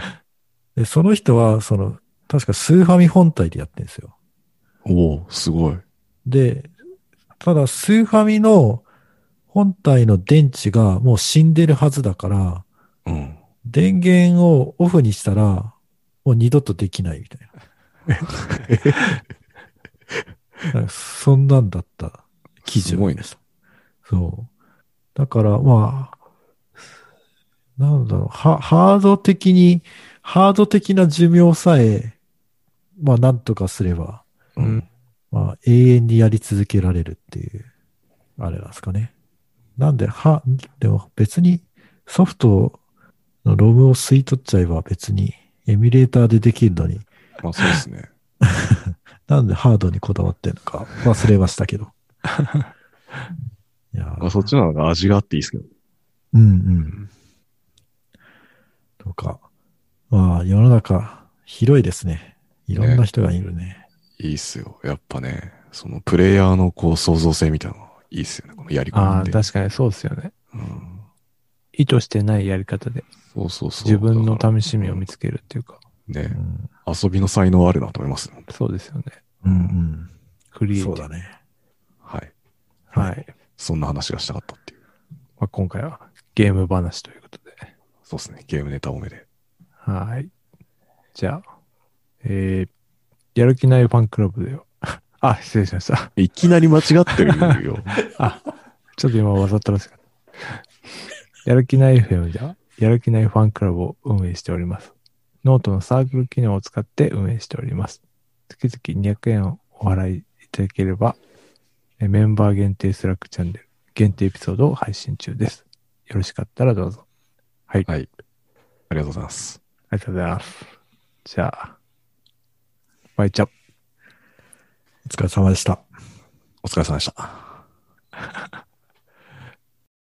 S2: で、その人は、その、確かスーファミ本体でやってるんですよ。
S3: おおすごい。
S2: で、ただスーファミの本体の電池がもう死んでるはずだから、
S3: うん。
S2: 電源をオフにしたら、もう二度とできないみ たいな。なんかそんなんだった記事
S3: すごいね
S2: です。そう。だから、まあ、なんだろう、はハード的に、ハード的な寿命さえ、まあ、なんとかすれば、
S1: うん
S2: まあ、永遠にやり続けられるっていう、あれなんですかね。なんで、は、でも別にソフトのロムを吸い取っちゃえば別にエミュレーターでできるのに、
S3: まあそうですね。
S2: なんでハードにこだわってるのか忘れまし たけど。いや
S3: あそっちの方が味があっていいですけど。
S2: うんうん。とか。まあ、世の中広いですね。いろんな人がいるね。
S3: いいっすよ。やっぱね、そのプレイヤーのこう創造性みたいなのいいっすよね。このやり込
S1: あ
S3: み
S1: あ、
S3: って。
S1: 確かにそうですよね。
S3: うん。
S1: 意図してないやり方で
S3: そうそうそう。
S1: 自分の
S3: だから
S1: 楽しみを見つけるっていうか、
S2: う
S3: ね、
S2: ん
S3: 遊びの才能あるなと思います。
S1: そうですよね。
S2: うん
S1: ク
S2: う
S1: リエ
S2: ん。
S1: イテ
S2: そ
S1: ィ
S2: う
S1: ブ。
S2: だね。
S3: はい。
S1: はい。
S3: そんな話がしたかったっていう。
S1: まあ、今回はゲーム話ということで。
S3: そうですね。ゲームネタ多めで。
S1: はい。じゃあ、えー、やる気ないファンクラブでは。 あ、失礼しました。
S3: いきなり間違って るよ。
S1: ちょっと今わざとらしかった。やる気ない FM では、やる気ないファンクラブを運営しております。ノートのサークル機能を使って運営しております。月々200円をお払いいただければ、えメンバー限定スラックチャンネル、限定エピソードを配信中です。よろしかったらどうぞ。はい。
S3: はいありがとうございます。
S1: ありがとうございます。じゃあ、バイチャップ
S2: お疲れ様でした。
S3: お疲れ様でした。